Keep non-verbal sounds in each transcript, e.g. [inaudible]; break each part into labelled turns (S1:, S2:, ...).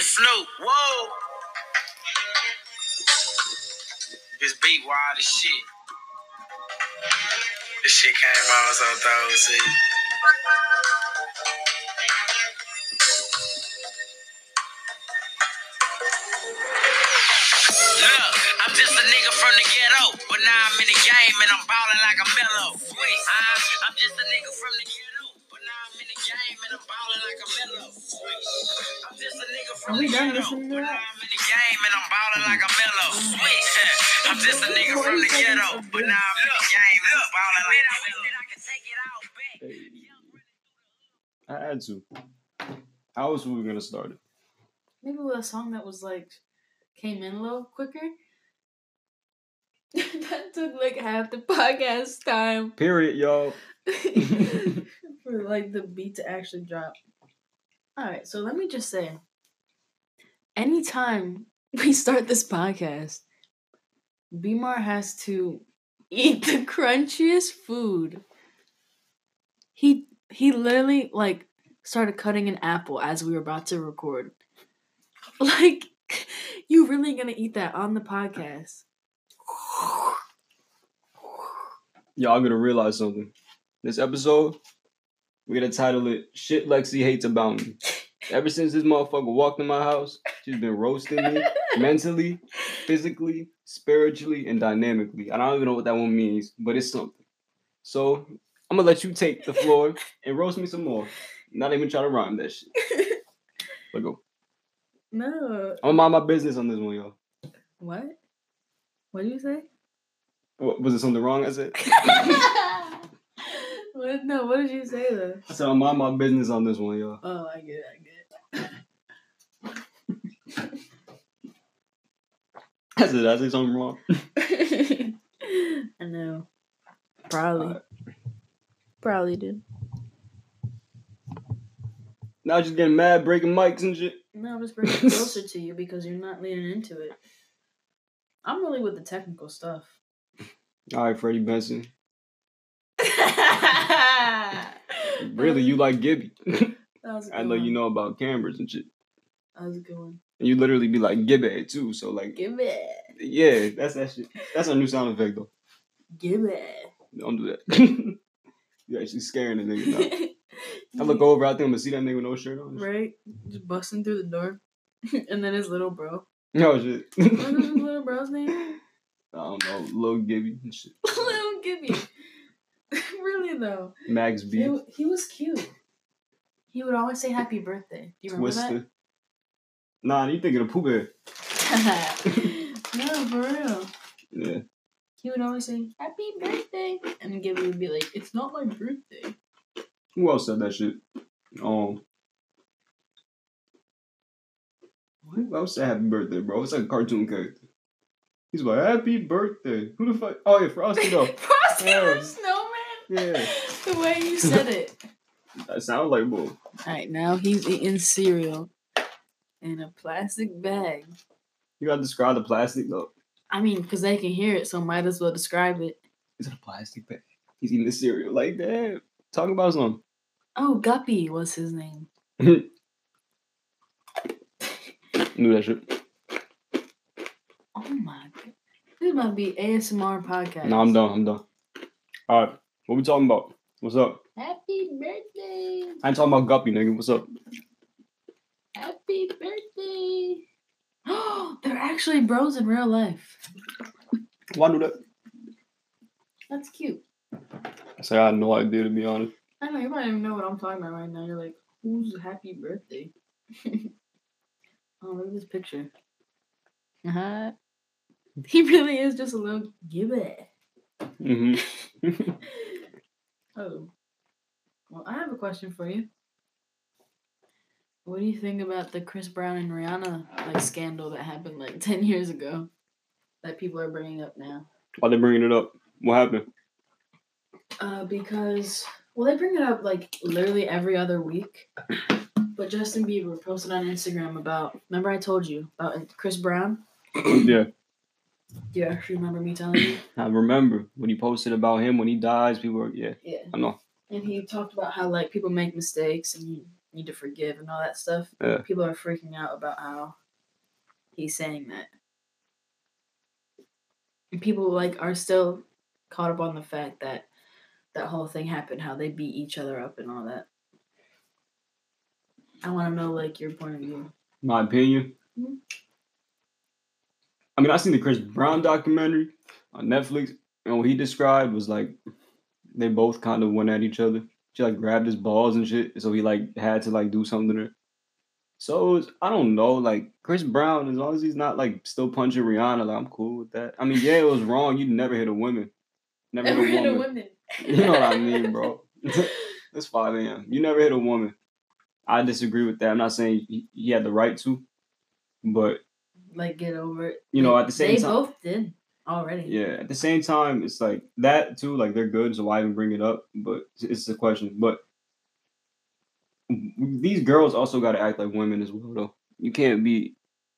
S1: Snoop, whoa. This beat wild as shit. This shit came out so thorough, see. Look, I'm just a nigga from the ghetto, but now I'm in the game and I'm ballin' like a mellow. Wait, I'm, I'm just a nigga from the ghetto, but now I'm in the game and I'm ballin' like a mellow. I'm just a nigga from Are we the done ghetto, listening to but that? now I'm in the game and I'm ballin' like a mellow. Wait, I'm just a nigga from the ghetto, but now I'm in the game and I'm ballin' like a mellow. Hey, I had to. How else were we gonna start it? Maybe with a song that was like came in a little quicker. [laughs] that took like half the [laughs] podcast time. Period, y'all. [laughs] For like the beat to actually drop. Alright, so let me just say anytime [laughs] we start this podcast, Bimar has to eat the [laughs] crunchiest food. He he literally like started cutting an apple as we were about to record. [laughs] Like [laughs] you really gonna eat that on the podcast. Y'all gonna realize something. This episode, we're gonna title it Shit Lexi Hates About Me. Ever since this motherfucker walked in my house, she's been roasting me mentally, physically, spiritually, and dynamically. I don't even know what that one means, but it's something. So I'm gonna let you take the floor and roast me some more. Not even try to rhyme that shit. Let go. No. I'm gonna mind my business on this one, y'all. What? What did you say? What, was it something wrong? I said. what, no, what did you say though? I said I'm mind my business on this one, y'all. Oh, I get it. I get it. I said, did I say something wrong? [laughs] I know. Probably. Alright. Probably did. Now just getting mad, breaking mics and shit. No, I'm just bringing it closer to you because you're not leaning into it. I'm really with the technical stuff. All right, Freddie Benson. [laughs] really, you like Gibby. That was a good I know you one. know about cameras and shit. That was a good one. And you literally be like Gibby too. So like Gibby. Yeah, that's that shit. That's our new sound effect though. Gibby. Don't do that. you actually scaring the nigga [laughs] now. I look over, I think I'm gonna see that nigga with no shirt on. Right? Just busting through the door. [laughs] and then his little bro. No shit. [laughs] what was his little bro's name? I don't know. Lil Gibby and shit. [laughs] little Gibby. [laughs] really though. Max B. He, w- he was cute. He would always say happy birthday. Do you remember Twister. that? Nah, you thinking of Pooh Bear. [laughs] no, for real. Yeah. He would always say, Happy birthday. And Gibby would be like, It's not my birthday. [laughs] Who else said that shit? Um, who else said happy birthday, bro? It's like a cartoon character. He's like, happy birthday. Who the fuck? Oh, yeah, Frosty, [laughs] though. Frosty the Snowman? Yeah. The way you said it. [laughs] That sounds like bull. Alright, now he's eating cereal in a plastic bag. You gotta describe the plastic, though. I mean, because they can hear it, so might as well describe it. It's in a plastic bag. He's eating the cereal like that. Talk about something. Oh, Guppy was his name. Knew that shit. Oh my god. This might be ASMR podcast. No, I'm done. I'm done. All right. What we talking about? What's up? Happy birthday. I ain't talking about Guppy, nigga. What's up? Happy birthday. [gasps] Oh, they're actually bros in real life. Why do that? That's cute. I said I had no idea to be honest. I know you might even know what I'm talking about right now. You're like, who's happy birthday? [laughs] oh, look at this picture. Uh huh. [laughs] He really is just a little gibbet. hmm [laughs] oh, well, I have a question for you. What do you think about the Chris Brown and Rihanna like scandal that happened like [laughs] ten years ago that people are bringing up now? Why they bringing it up? What happened? Uh, because well, they bring it up like literally every other week. But Justin Bieber posted on Instagram about remember I told you about Chris Brown. yeah, Do you actually remember me telling you? I remember when you posted about him when he dies. People, were, yeah, yeah, I know. And he talked about how like people make mistakes and you need to forgive and all that stuff. Yeah. People are freaking out about how he's saying that. And people like are still caught up on the fact that that whole thing happened, how they beat each other up and all that. I want to know like your point of view.
S2: My opinion. Mm-hmm. I mean, I seen the Chris Brown documentary on Netflix, and what he described was like they both kind of went at each other. She like grabbed his balls and shit, so he like had to like do something to her. So I don't know, like Chris Brown, as long as he's not like still punching Rihanna, like I'm cool with that. I mean, yeah, it was wrong. You never hit a woman. Never, never hit, a, hit woman. a woman. You know what I mean, bro? [laughs] That's 5 a.m. You never hit a woman. I disagree with that. I'm not saying he, he had the right to, but
S1: like get over it.
S2: You know, at the same
S1: they time, they both did already.
S2: Yeah, at the same time, it's like that too. Like they're good, so why even bring it up? But it's a question. But these girls also got to act like women as well, though. You can't be,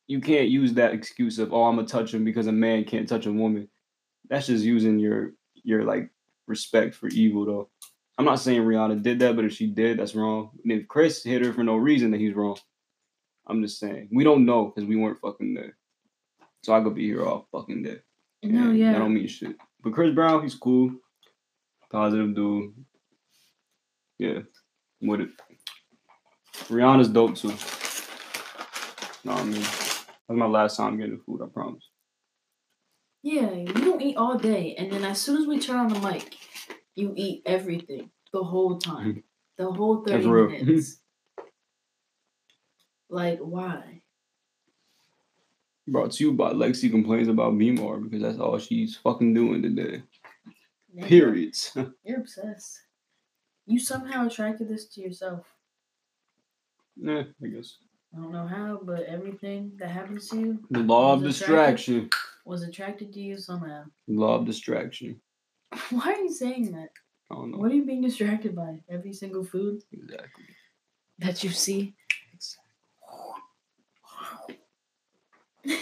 S2: you can't use that excuse of oh I'm gonna touch him because a man can't touch a woman. That's just using your your like respect for evil though. I'm not saying Rihanna did that, but if she did, that's wrong. And if Chris hit her for no reason, then he's wrong. I'm just saying we don't know because we weren't fucking there. So I could be here all fucking day.
S1: No, yeah.
S2: That don't mean shit. But Chris Brown, he's cool, positive dude. Yeah, I'm with it. Rihanna's dope too. No, I mean that's my last time getting food. I promise.
S1: Yeah, you don't eat all day, and then as soon as we turn on the mic, you eat everything the whole time, the whole thirty minutes. like why?
S2: brought to you by Lexi complains about Mimar because that's all she's fucking doing today. Yeah. Periods. [laughs]
S1: You're obsessed. You somehow attracted this to yourself.
S2: Yeah, I guess.
S1: I don't know how, but everything that happens to you.
S2: The law of distraction.
S1: Was attracted to you somehow. [laughs]
S2: Law of distraction.
S1: Why are you saying that?
S2: I don't know.
S1: What are you being distracted by? Every single food?
S2: Exactly.
S1: That you see? [laughs]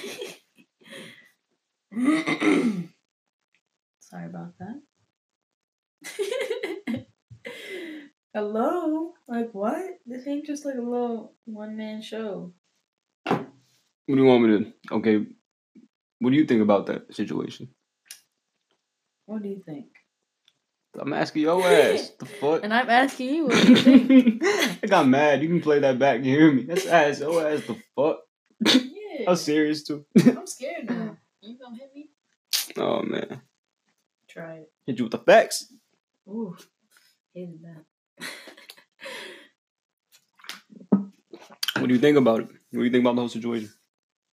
S1: Sorry about that. [laughs] Hello? Like what? This ain't just like a little one man show.
S2: What do you want me to okay. What do you think about that situation?
S1: What do you think?
S2: I'm asking your ass.
S1: [laughs]
S2: the fuck?
S1: And I'm asking you what do you [laughs]
S2: [laughs]
S1: think? I
S2: got mad. You can play that back, you hear me? That's ass. Your ass the fuck. I'm serious too.
S1: I'm scared now. You gonna hit me?
S2: Oh man.
S1: Try it.
S2: Hit you with the facts.
S1: Ooh, hated that. [laughs]
S2: what do you think about it? What do you think about the whole situation?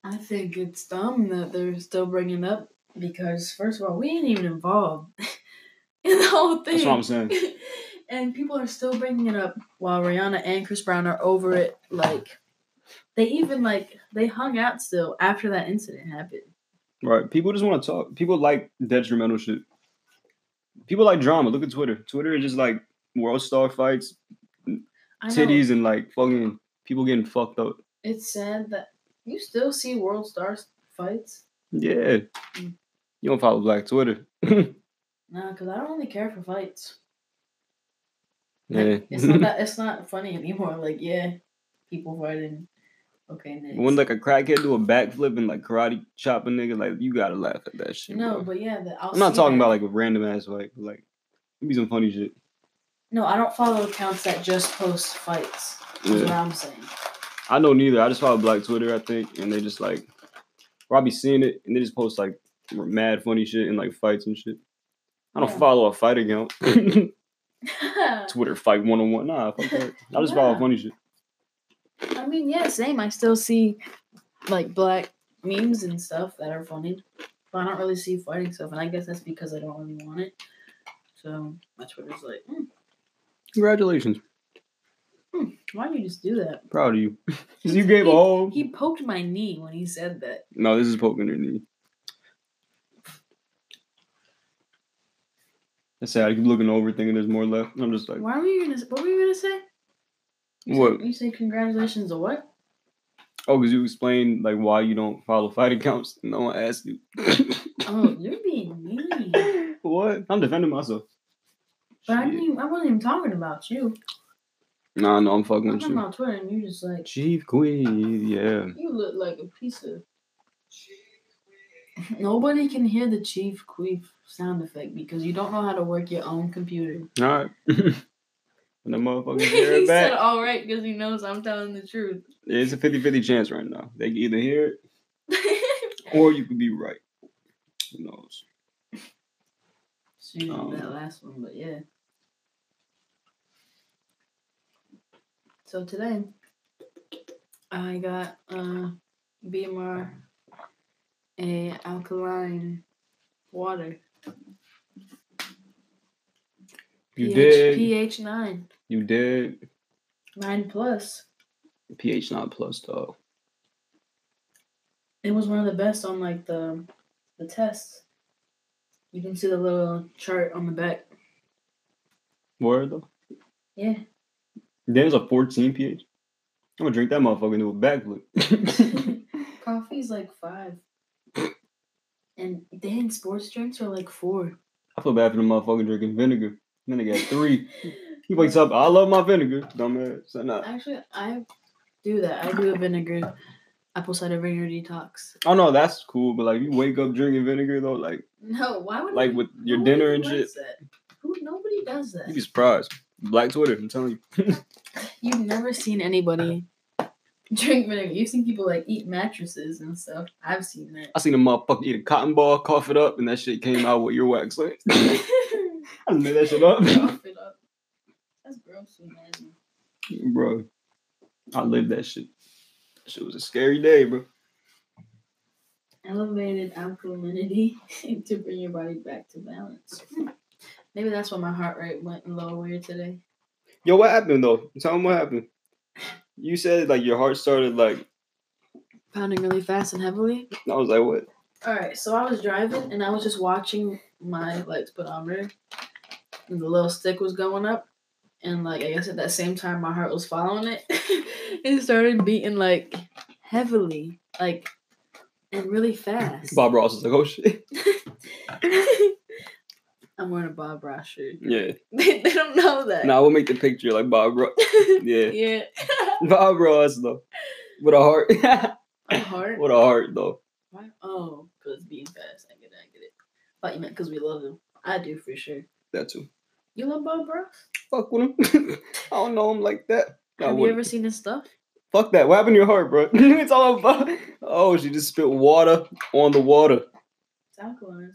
S1: I think it's dumb that they're still bringing up because first of all, we ain't even involved [laughs] in the whole thing.
S2: That's what I'm
S1: [laughs]
S2: saying.
S1: and people are still bringing it up while Rihanna and Chris Brown are over it. Like they even like they hung out still after that incident happened.
S2: Right. People just want to talk. People like detrimental shit. People like drama. Look at Twitter. Twitter is just like world star fights, titties, and like fucking people getting fucked up.
S1: It's sad that you still see world star fights.
S2: Yeah. Mm. You don't follow Black Twitter.
S1: nah, because I don't really care for fights. Yeah. Like, it's
S2: [laughs]
S1: not that it's not funny anymore. Like, yeah, people fighting. Okay, next.
S2: When like a crackhead do a backflip and like karate chop a nigga, like you gotta laugh at that shit.
S1: No, bro. but yeah, the,
S2: i am not talking that. about like a random ass like like be some funny shit.
S1: No, I don't follow accounts that just post fights. That's yeah. what I'm saying.
S2: [laughs] I know neither. I just follow Black Twitter, I think, and they just like, or I be seeing it, and they just post like mad funny shit and like fights and shit. I don't yeah. follow a fight account. [laughs] Twitter fight one on one. Nah, fuck that. I just yeah. follow funny shit.
S1: I mean, yeah, same. I still see like black memes and stuff that are funny, but I don't really see fighting stuff, and I guess that's because I don't really want it. So my Twitter's like, mm.
S2: congratulations.
S1: Mm, why do you just do that?
S2: Proud of you. you
S1: [laughs]
S2: gave he, all.
S1: He poked my knee when he said that.
S2: No, this is poking your knee. That's sad. I keep looking over, thinking there's more left. I'm just like,
S1: why were you gonna? What were you gonna say? You
S2: what?
S1: Say, you say congratulations or what?
S2: Oh, because you explained like why you don't follow fight accounts. No one
S1: [laughs]
S2: asked you.
S1: oh, you're being mean.
S2: what? I'm defending myself.
S1: But Shit. I didn't. Even, I wasn't even talking about you.
S2: Nah, no, I'm fucking
S1: I'm
S2: with
S1: talking
S2: you.
S1: about Twitter, and you're just like,
S2: Chief Queen, yeah.
S1: you look like a piece of. Nobody can hear the chief queef sound effect because you don't know how to work your own computer.
S2: All right. [laughs] when the motherfuckers
S1: [laughs]
S2: hear
S1: he
S2: it
S1: said, "Oh."
S2: back,
S1: "All right," because he knows I'm telling the truth. [laughs]
S2: it's a 50 50 chance right now. They can either hear it or you could be right. Who knows?
S1: Shoot,
S2: Um,
S1: that last one, but yeah. So today, I got uh, BMR, a alkaline water.
S2: You
S1: pH,
S2: did.
S1: pH nine,
S2: You did.
S1: nine plus.
S2: pH not plus, though.
S1: It was one of the best on like the the tests. You can see the little chart on the back.
S2: Word, though?
S1: Yeah.
S2: There's a 14 pH. I'm gonna drink that motherfucker into a backflip. [laughs]
S1: Coffee's like five. And then sports drinks are like four.
S2: I feel bad for the motherfucker drinking vinegar. Then they got three. He wakes up, I love my vinegar. Dumbass. I'm not-
S1: Actually, I do that. I do a vinegar, apple cider vinegar detox.
S2: Oh no, that's cool, but like you wake up drinking vinegar though, like
S1: No, why would
S2: like with your dinner and shit.
S1: Who nobody does
S2: You'd
S1: that.
S2: be surprised. Black Twitter, I'm telling you.
S1: You've never seen anybody drink vinegar. You've seen people like eat mattresses and stuff. I've seen that.
S2: I seen a motherfucker eat a cotton ball, cough it up, and that shit came out with your wax. Like, [laughs] I [laughs] done made that shit up. [laughs]
S1: Cough it up. That's gross and nasty.
S2: bro, I lived that shit. That shit was a scary day, bro.
S1: elevated alkalinity [laughs] to bring your body back to balance. Maybe that's why my heart rate went lower today.
S2: Yo, what happened though? Tell me what happened. You said like your heart started like
S1: Pounding really fast and heavily.
S2: I was like, what?
S1: All right, so I was driving and I was just watching my like speedometer, and the little stick was going up, and like I guess at that same time my heart was following it. [laughs] it started beating like heavily, like and really fast.
S2: Bob Ross was like, oh shit.
S1: I'm wearing a Bob Ross shirt. [laughs]
S2: Yeah.
S1: they they don't know that.
S2: Now we'll make the picture like Bob Ross.
S1: [laughs]
S2: Yeah. [laughs]
S1: yeah.
S2: Bob Ross though. With a heart. [laughs]
S1: A heart?
S2: with a heart though.
S1: Why? Oh, because being fast. I get it. I get it. Thought you meant because we love him. I do for sure.
S2: That too.
S1: You love Bob Ross?
S2: Fuck with him. [laughs] I don't know him like that. I
S1: Have you
S2: wouldn't.
S1: ever seen his stuff?
S2: Fuck that. What happened to your heart, bro? [laughs] it's all about. Oh, she just spit water on
S1: [laughs]
S2: the water.
S1: It's alkaline.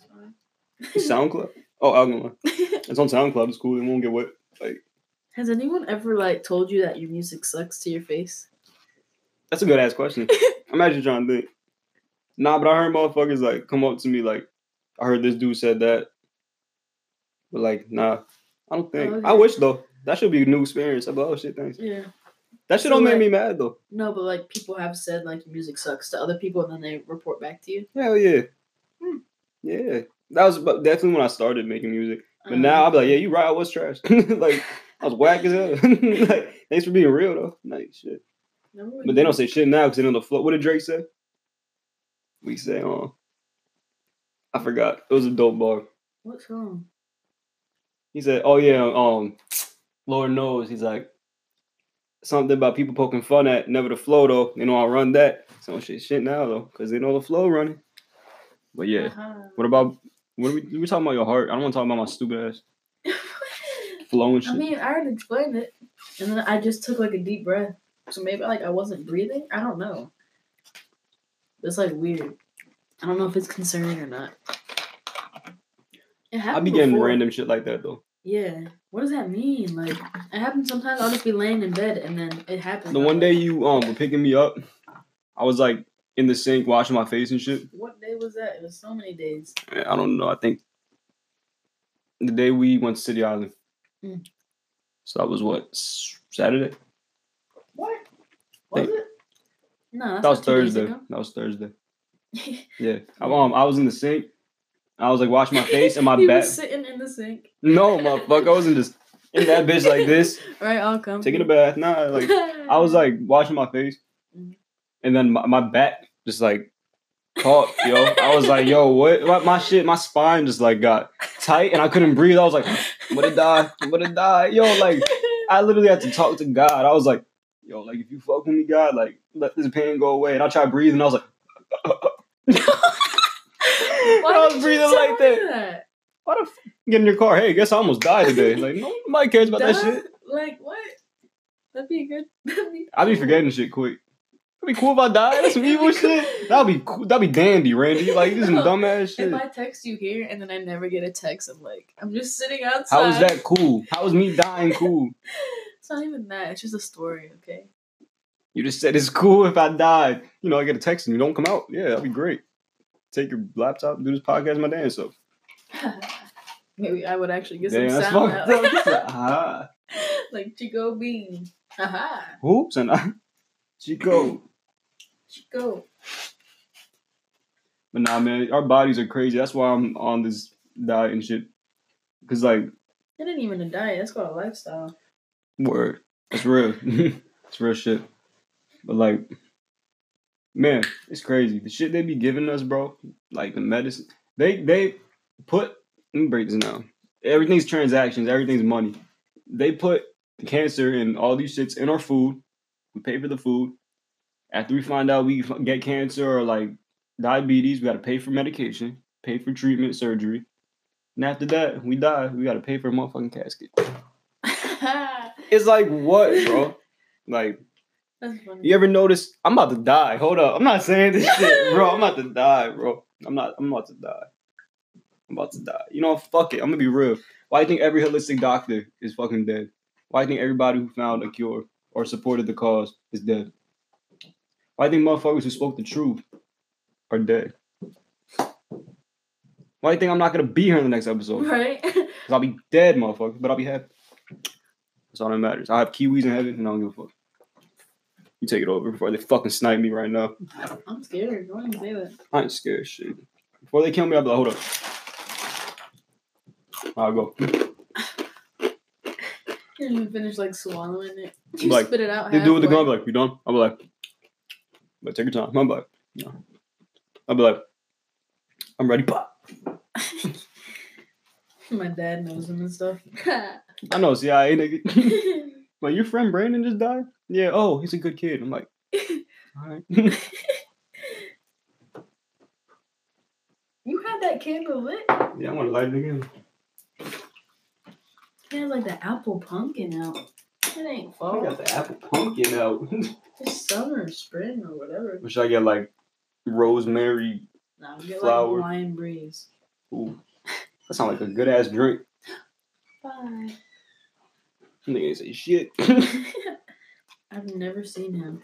S1: It's fine.
S2: SoundCloud. Oh, Alkaline. It's on SoundCloud. It's cool. It won't get wet.
S1: [laughs] Has anyone ever like told you that your music sucks to your face?
S2: That's a good
S1: [laughs]
S2: ass question. I'm actually trying to think. Nah, but I heard motherfuckers like come up to me like, I heard this dude said that. But like, nah, I don't think. I
S1: Okay.
S2: wish though. That should be a new experience. I'm like, oh shit, thanks.
S1: Yeah.
S2: That shit
S1: So,
S2: don't make
S1: like-
S2: me mad though.
S1: No, but like people have said like your music sucks to other people and then they report back to you.
S2: Hell yeah.
S1: Hmm.
S2: Yeah. That was about- definitely when I started making music. But
S1: Um,
S2: now I'm like, yeah, you right. I was trash. [laughs] like, I was whack as hell. [laughs] like, thanks for being real though. Nice shit.
S1: remember when
S2: But they
S1: you-
S2: don't say shit now because they don't know the flow. What did Drake say? We say, um, I forgot. It was a dope bar.
S1: What song?
S2: He said, oh yeah, um, Lord knows. He's like, something about people poking fun at, never the flow though. They know I run that. So shit, shit now though, because they know the flow running. But yeah.
S1: Uh-huh.
S2: What about what are we, we talking about your heart? I don't want to talk about my stupid ass
S1: [laughs]
S2: flowing shit.
S1: I mean, I already explained it, and then I just took like a deep breath. So maybe like I wasn't breathing. I don't know. It's like weird. I don't know if it's concerning or not. It
S2: I
S1: happened
S2: be getting
S1: before.
S2: random shit like that though.
S1: Yeah. What does that mean? Like it happens sometimes. I'll just be laying in bed and then it happens.
S2: The
S1: I'm
S2: one
S1: like,
S2: day you um were picking me up, I was like in the sink washing my face and shit.
S1: What day was that? It was so many days.
S2: I don't know. I think the day we went to City Island.
S1: Mm.
S2: So that was what S- Saturday.
S1: What? Was
S2: Hey.
S1: it? No, that's
S2: that was
S1: not two days
S2: Thursday.
S1: ago. Hmm.
S2: That was Thursday. Yeah. I, um, I was in the sink. I was like washing
S1: [laughs]
S2: my face and my
S1: he
S2: back.
S1: was sitting in the sink.
S2: No, motherfucker. I wasn't just in that bitch like
S1: [laughs]
S2: this,
S1: Right, I'll come.
S2: taking a bath. Nah,
S1: [laughs]
S2: like I was
S1: Mm-hmm.
S2: like washing my face,
S1: Mhm.
S2: and then my, my back just like caught, yo. I was like, yo, what? My, my shit,
S1: [laughs]
S2: my spine just like got tight, and I couldn't breathe. I was like, I'm gonna die, I'm gonna die, yo. Like I literally had to talk to God. I was like, yo, like if you fuck with me, God, like let this pain go away. And I tried breathing. I was like, [laughs] I was breathing like that? that? Why the f- get in your car? Hey, guess I almost died today. Like nobody cares about Duh. that shit.
S1: Like what? That'd be good. [laughs] That'd be
S2: I'd be cool. forgetting shit quick. That'd be cool if I died. That's some evil shit. That'd be cool. That'd be dandy, Randy. Like this is no, some dumbass
S1: [laughs]
S2: shit.
S1: If I text you here and then I never get a text, I'm like, I'm just sitting outside.
S2: How is that cool? How is me dying cool?
S1: it's not even that. It's just a story, okay? [laughs]
S2: You just said it's cool if I die. You know, I get a text and you don't come out. Yeah, that'd be great. Take your laptop, do this podcast, my damn self.
S1: Maybe I would actually get Damn, some sound out.
S2: [laughs]
S1: uh-huh. [laughs] like Chico Bean. Haha.
S2: Uh-huh. Oops, and [laughs] I, Chico.
S1: Chico.
S2: But nah, man, our bodies are crazy. That's why I'm on this diet and shit. Cause like,
S1: it ain't even a diet. That's called a lifestyle. [laughs]
S2: Word. It's real. [laughs] it's real shit. But like, man, it's crazy. The shit they be giving us, bro. Like the medicine. They they put let me break this down. Everything's transactions, everything's money. They put cancer and all these shits in our food. We pay for the food. After we find out we get cancer or like diabetes, we gotta pay for medication, pay for treatment, surgery. And after that, we die. We gotta pay for a motherfucking casket. it's like what, bro? Like You ever notice I'm about to die. Hold up. I'm not saying this shit, bro. I'm about to die, bro. I'm not I'm about to die. I'm about to die. You know, fuck it. I'm gonna be real. Why do you think every holistic doctor is fucking dead? Why do you think everybody who found a cure or supported the cause is dead? Why do you think motherfuckers who spoke the truth are dead? Why do you think I'm not gonna be here in the next episode?
S1: Right. [laughs]
S2: Cause I'll be dead, motherfucker, but I'll be happy. That's all that matters. I have kiwis in heaven and I don't give a fuck. You take it over before they fucking snipe me right now.
S1: I'm scared. Don't even say that.
S2: I ain't scared shit. Before they kill me, I'll be like, hold up. I'll go.
S1: You didn't finish like swallowing it.
S2: You like,
S1: spit it out.
S2: They do with the gun. Be like, you done? I'll be like, but take your time. I'm like, no. I'll be like, I'm ready. Pop.
S1: My dad knows him and stuff. [laughs]
S2: I know CIA nigga. [laughs] like your friend Brandon just died. Yeah. Oh, he's a good kid. I'm like, all right. [laughs]
S1: You had that candle lit.
S2: Yeah, I want to light it again.
S1: It has like the apple pumpkin out. It ain't fall.
S2: I got the apple pumpkin out.
S1: it's summer, or spring, or whatever.
S2: Should I get like rosemary
S1: nah, we get flower. Like Hawaiian breeze.
S2: Ooh, that sounds like a good ass drink.
S1: Bye.
S2: Nigga ain't say shit. [laughs]
S1: I've never seen him.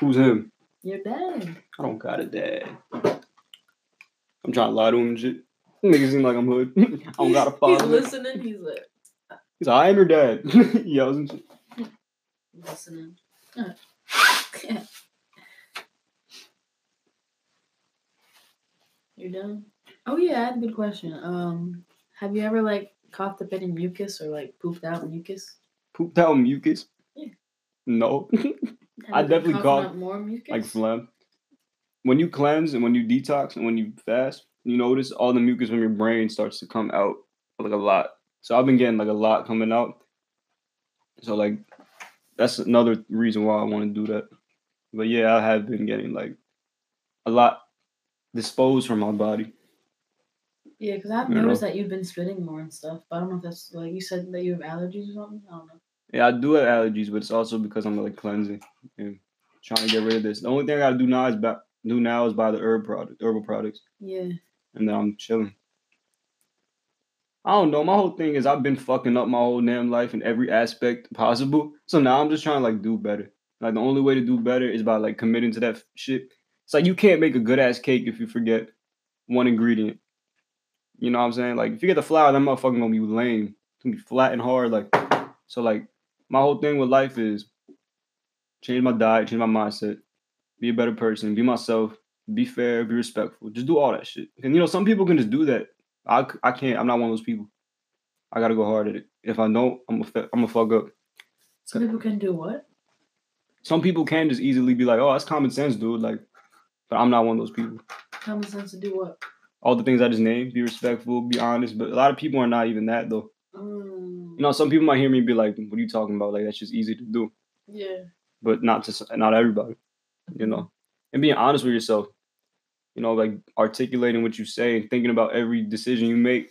S2: Who's him?
S1: Your dad.
S2: I don't got a dad. I'm trying to lie to him and shit. Niggas seem like I'm hood. [laughs] I don't got a
S1: [laughs]
S2: father.
S1: He's listening. He's like,
S2: he's like, I am your dad. [laughs] he yells and shit.
S1: Listening. [laughs] Uh. You're done. Oh yeah, I had a good question. Um, have you ever like coughed up any mucus or like pooped out mucus?
S2: Pooped out mucus?
S1: Yeah.
S2: No. I definitely coughed
S1: more mucus.
S2: Like phlegm when you cleanse and when you detox and when you fast, you notice all the mucus from your brain starts to come out like a lot. So I've been getting like a lot coming out. So like that's another reason why I want to do that. But yeah, I have been getting like a lot disposed from my body.
S1: Yeah, because I've you noticed know? that you've been spitting more and stuff. But I don't know if that's like you said that you have allergies or something. I don't know.
S2: Yeah, I do have allergies, but it's also because I'm like cleansing and trying to get rid of this. The only thing I gotta do now is back do now is buy the herb product, herbal products.
S1: Yeah.
S2: And then I'm chilling. I don't know. My whole thing is I've been fucking up my whole damn life in every aspect possible. So now I'm just trying to like do better. Like the only way to do better is by like committing to that shit. It's like you can't make a good ass cake if you forget one ingredient. You know what I'm saying? Like if you get the flour, that motherfucker gonna be lame. It's gonna be flat and hard. Like so like my whole thing with life is change my diet, change my mindset be a better person, be myself, be fair, be respectful. Just do all that shit. And you know, some people can just do that. I, I can't. I'm not one of those people. I gotta go hard at it. If I don't, I'm gonna I'm a fuck up.
S1: Some people can do what?
S2: Some people can just easily be like, "Oh, that's common sense, dude." Like, but I'm not one of those people.
S1: Common sense to do what?
S2: All the things I just named. Be respectful. Be honest. But a lot of people are not even that though.
S1: Mm.
S2: You know, some people might hear me be like, "What are you talking about? Like that's just easy to do."
S1: Yeah.
S2: But not to s- not everybody, you know, and being honest with yourself. You know, like articulating what you say and thinking about every decision you make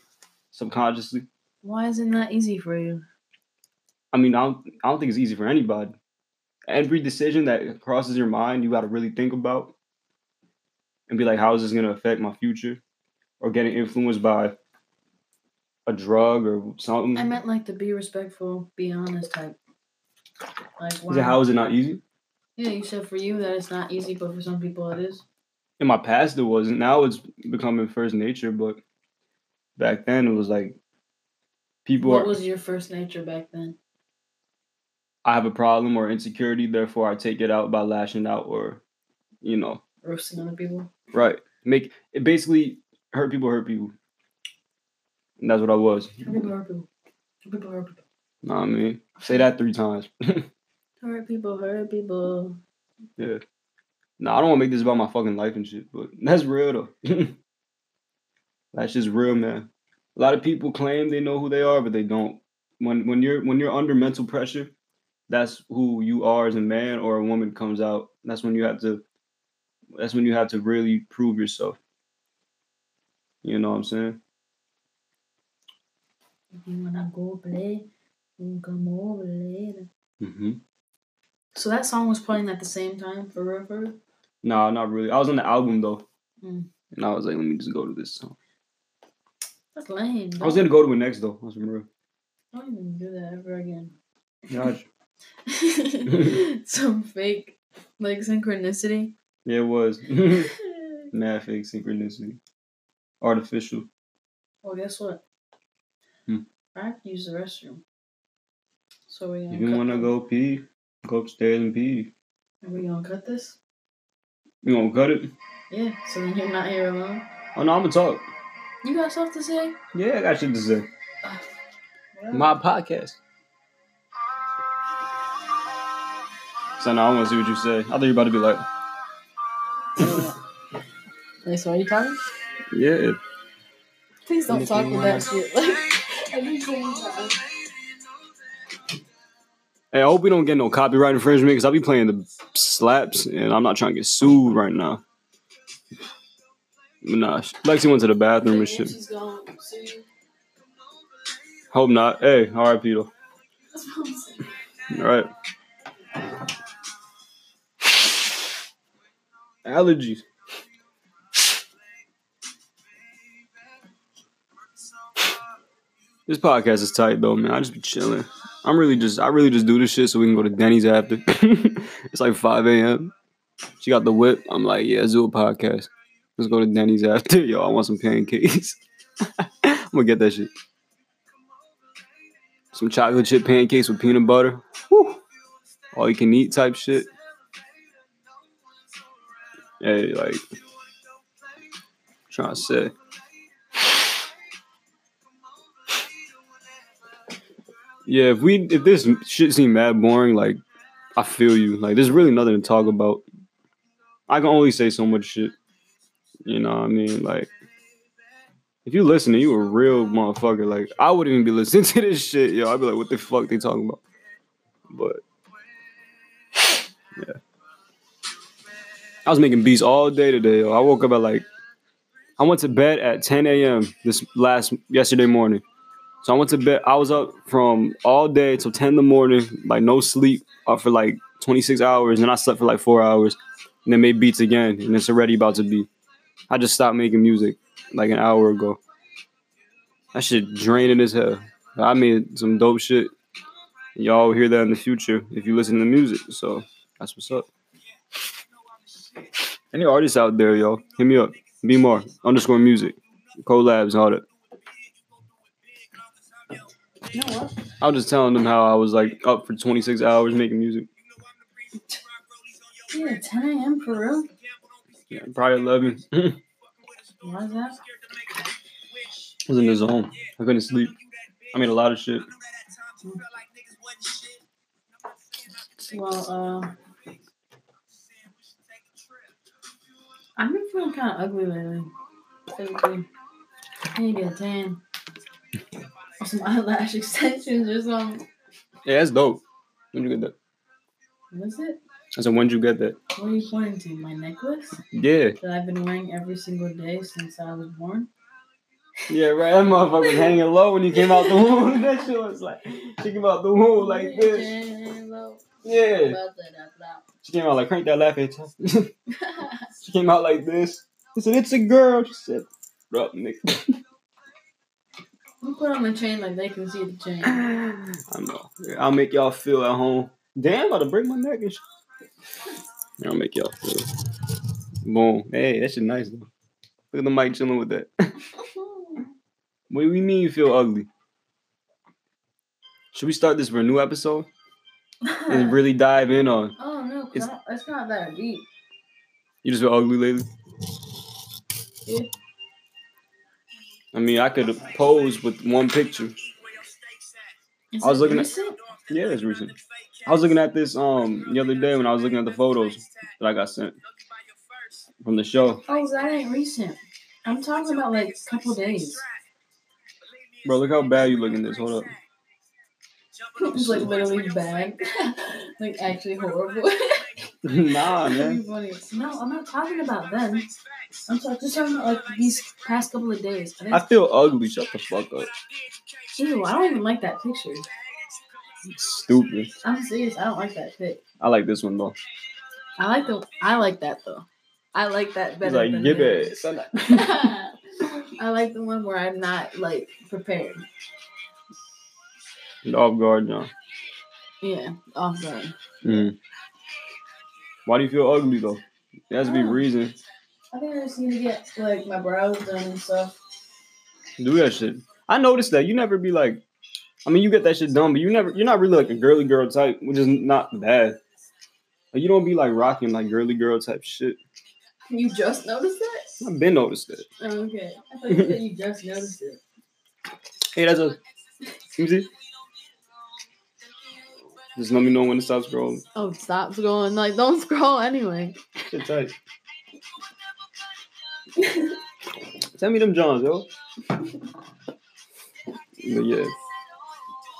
S2: subconsciously.
S1: Why isn't that easy for you?
S2: I mean, I don't, I don't think it's easy for anybody. Every decision that crosses your mind, you got to really think about and be like, how is this going to affect my future? Or getting influenced by a drug or something.
S1: I meant like to be respectful, be honest type. Like
S2: Is it, how is it not easy?
S1: Yeah, you said for you that it's not easy, but for some people it is.
S2: In my past, it wasn't. Now it's becoming first nature, but back then it was like people
S1: what
S2: are.
S1: was your first nature back then?
S2: I have a problem or insecurity, therefore I take it out by lashing out or, you know,
S1: Roasting other people.
S2: right. Make it basically hurt people, hurt people. And that's what I was.
S1: Hurt people, hurt people. Hurt people, hurt people.
S2: Nah, I mean, say that three times.
S1: Hurt people, hurt people.
S2: Yeah. No, I don't want to make this about my fucking life and shit, but [laughs] that's real though. [laughs] that's just real, man. A lot of people claim they know who they are, but they don't. When when you're when you're under mental pressure, that's who you are as a man or a woman comes out. That's when you have to that's when you have to really prove yourself. You know what I'm saying?
S1: If you wanna go play, you can come over later.
S2: Mm-hmm.
S1: So that song was playing at the same time forever.
S2: No, not really. I was on the album though.
S1: Mm.
S2: And I was like, let me just go to this song.
S1: That's lame.
S2: I was gonna go to it next though. That's real.
S1: I don't even do that ever
S2: [laughs]
S1: again. [laughs]
S2: Gotcha.
S1: Some fake like synchronicity.
S2: Yeah, it was. [laughs]
S1: well,
S2: Mad fake synchronicity. Artificial.
S1: guess what?
S2: Hmm.
S1: I have to use the restroom. So we gonna
S2: If you
S1: cut-
S2: wanna go pee, go upstairs and pee.
S1: Are we gonna cut this?
S2: You gonna cut it?
S1: Yeah. So then you're not here alone.
S2: Oh no, I'ma talk.
S1: You got stuff to say?
S2: Yeah, I got shit to say.
S1: Ugh.
S2: My podcast. So now I wanna see what you say. I thought you were about to be like,
S1: Wait, so are you talking?
S2: yeah.
S1: Please don't
S2: If
S1: talk
S2: you
S1: with
S2: wanna-
S1: that shit. [laughs] Like, every single time.
S2: Hey, I hope we don't get no copyright infringement because I'll be playing the slaps and I'm not trying to get sued right now. Nah, Lexi went to the bathroom and shit.
S1: She's gone. See?
S2: Hope not. Hey, alright, Peter.
S1: That's what I'm saying.
S2: Alright. Allergies. This podcast is tight though, man. I just be chilling. I'm really just, I really just do this shit so we can go to Denny's after. [laughs] it's like 5 a.m. She got the whip. I'm like, yeah, let's do a podcast. Let's go to Denny's after. [laughs] Yo, I want some pancakes. [laughs] I'm gonna get that shit. Some chocolate chip pancakes with peanut butter. Woo. All Oh, you can eat type shit. Hey, like, trying to say. Yeah, if we if this shit seem mad boring, like I feel you. Like there's really nothing to talk about. I can only say so much shit. You know what I mean? Like if you listening, you a real motherfucker. Like I wouldn't even be listening [laughs] to this shit, yo. I'd be like, what the fuck they talking about? But yeah. I was making beats all day today, yo. I woke up at like I went to bed at 10 a.m. this last yesterday morning. So I went to bed. I was up from all day till 10 in the morning, like no sleep, up for like 26 hours, and I slept for like four hours, and then made beats again, and it's already about to be. I just stopped making music like an hour ago. That shit draining as hell. I made some dope shit. Y'all will hear that in the future if you listen to music. So that's what's up. Any artists out there, yo, hit me up. Be more underscore music, collabs, and all that.
S1: You know what?
S2: I was just telling them how I was like up for 26 hours making music.
S1: Yeah, 10 a.m. for real?
S2: Yeah, probably 11. [laughs] I
S1: Why is that?
S2: was in the zone. I couldn't sleep. I made a lot of shit.
S1: Well, uh, I've been feeling kind of ugly lately. Lately. I need to get a tan. or some [laughs] eyelash extensions or something.
S2: Yeah, that's dope. When you get that?
S1: Was it?
S2: I said, when'd you get that?
S1: What are you pointing to? My necklace
S2: Yeah.
S1: that I've been wearing every single day since I was born.
S2: Yeah, right. That motherfucker was hanging low when he came out the womb. [laughs] that shit was like, she came out the womb Oh, like this.
S1: [laughs]
S2: Yeah. She came out like, crank that laugh at you. [laughs] she came out like this. He said, it's a girl. She said, up, nigga.
S1: We put on the chain like they can see the [laughs] chain.
S2: I know. Yeah, I'll make y'all feel at home. Damn, I'm about to break my neck and shit. Yeah, I'll make y'all feel. Boom. Hey, that shit nice, though. Look at the mic chilling with that. [laughs] What do you mean you feel ugly? Should we start this for a new episode and really dive in on
S1: oh no,
S2: It's-
S1: it's, not, it's not that deep.
S2: you just feel ugly lately?
S1: Yeah.
S2: I mean, I could pose with one picture.
S1: Is
S2: I was
S1: it
S2: looking at-
S1: recent?
S2: Yeah, it's recent. I was looking at this um the other day when I was looking at the photos that I got sent from the show. [laughs]
S1: Oh, that ain't recent. I'm talking about like a couple days. [laughs]
S2: Bro, look how bad you looking this. Hold up.
S1: It's like literally bad. [laughs] like actually horrible. [laughs]
S2: Oh, nah,
S1: It'd
S2: man.
S1: be funny. No, I'm not talking about them. I'm talk- just talking about like these past couple of days. I
S2: I
S1: didn't-
S2: feel ugly. Shut the fuck up.
S1: Ew, I don't even like that picture.
S2: Stupid.
S1: I'm serious. I don't like that pic.
S2: I like this one though.
S1: I like the. I like that though. I like that
S2: He's
S1: better.
S2: like,
S1: than
S2: give
S1: this.
S2: it. [laughs] Son of-
S1: [laughs] I like the one where I'm not like prepared.
S2: He's Off guard, John.
S1: Yeah, off guard.
S2: Mm. Why do you feel ugly though? There has to be
S1: Oh.
S2: reason.
S1: I think I just need to get like my brows done and stuff.
S2: Do that shit. I noticed that you never be like. I mean, you get that shit done, but you never. You're not really like a girly girl type, which is not bad. Like, you don't be like rocking like girly girl type shit.
S1: You just noticed it?
S2: I've been noticed that.
S1: Oh, okay. I thought you said you just noticed it.
S2: Hey, that's a. You see? Just let me know when to stop scrolling.
S1: Oh, stop scrolling. Like, don't scroll anyway.
S2: Shit tight. [laughs] Tell me them Johns, yo. But yeah.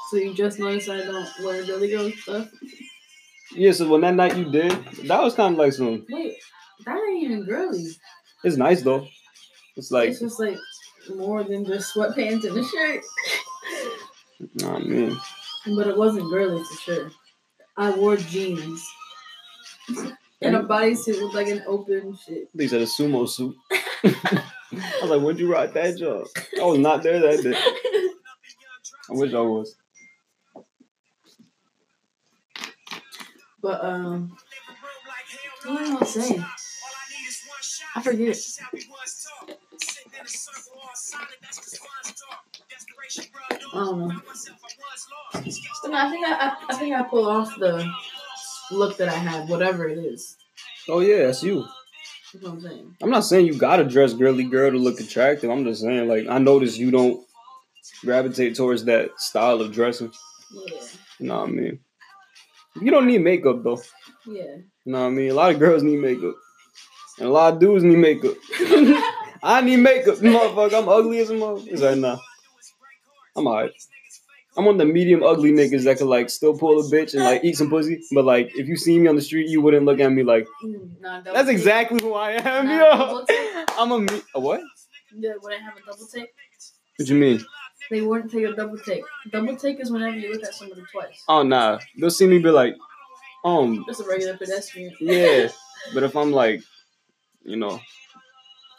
S1: So you just noticed I don't wear girly girl stuff?
S2: Yeah, so when that night you did, that was kind of like some.
S1: Wait, that ain't even girly.
S2: It's nice though. It's like,
S1: it's just like more than just sweatpants and a shirt.
S2: nah, man.
S1: But it wasn't girly for sure. I wore jeans. And a bodysuit with like an open shit. [laughs]
S2: They said a sumo suit. [laughs] I was like, when'd you rock that job? I was not there that day. I wish I was.
S1: But um
S3: What am I saying? I forget. I don't know.
S1: but no, I think I, I I think I pull off the look that I have, whatever it is.
S2: Oh yeah, that's you.
S1: That's what I'm saying.
S2: I'm not saying you gotta dress girly girl to look attractive. I'm just saying, like, I noticed you don't gravitate towards that style of dressing.
S1: Yeah.
S2: You know what I mean? You don't need makeup though. [laughs]
S1: Yeah.
S2: You know what I mean? A lot of girls need makeup. And a lot of dudes need makeup. [laughs] I need makeup, motherfucker. I'm ugly as a motherfucker. He's like, nah. I'm alright. I'm one of the medium ugly niggas that could like still pull a bitch and like eat some pussy. But like if you see me on the street, you wouldn't look at me like
S1: Mm, nah, double
S2: that's
S1: take.
S2: exactly who I am,
S1: Nah,
S2: yo. [laughs]
S1: double take.
S2: I'm a me a what?
S1: Yeah, when I have a double take,
S2: What you mean?
S1: they wouldn't take a double take. Double take is whenever you look at somebody twice.
S2: Oh nah. They'll see me be like, um,
S1: Just a regular pedestrian.
S2: yeah. But if I'm like, you know,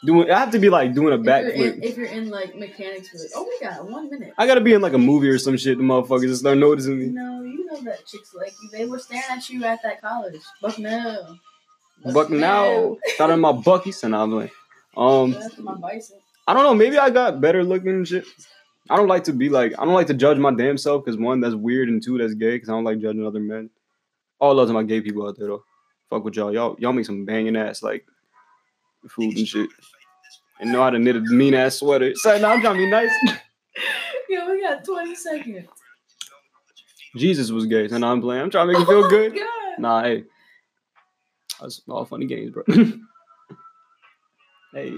S2: doing I have to be like doing a
S1: If you're, in,
S2: backflip.
S1: if you're in like Mechanicsville, oh my god, one minute.
S2: I gotta be in like a movie or some shit. The motherfuckers just start noticing me.
S1: No, you know that chicks like you. They were staring at you at that college. Bucknell.
S2: Buck now, thought of my buckies, and I'm like, um,
S1: That's my bison.
S2: I don't know. Maybe I got better looking and shit. I don't like to be like. I don't like to judge my damn self because one, that's weird, and two, that's gay. Because I don't like judging other men. All love to my gay people out there though. Fuck with y'all. Y'all, y'all make some banging ass like food and shit, and know how to knit a mean ass sweater. So now I'm trying to be nice.
S1: Yeah, we got 20 seconds.
S2: Jesus was gay, so now I'm playing. I'm trying to make you feel
S1: [laughs]
S2: good.
S1: God.
S2: Nah, hey. That's all funny games, bro. [laughs] Hey.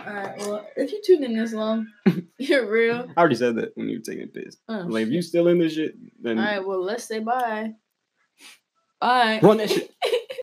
S1: Alright, well, if you tuned in this long, [laughs] you're real.
S2: I already said that when you were taking piss.
S1: Oh,
S2: Like if you still in this shit, then
S1: Alright, well, let's say bye. Bye.
S2: run that shit.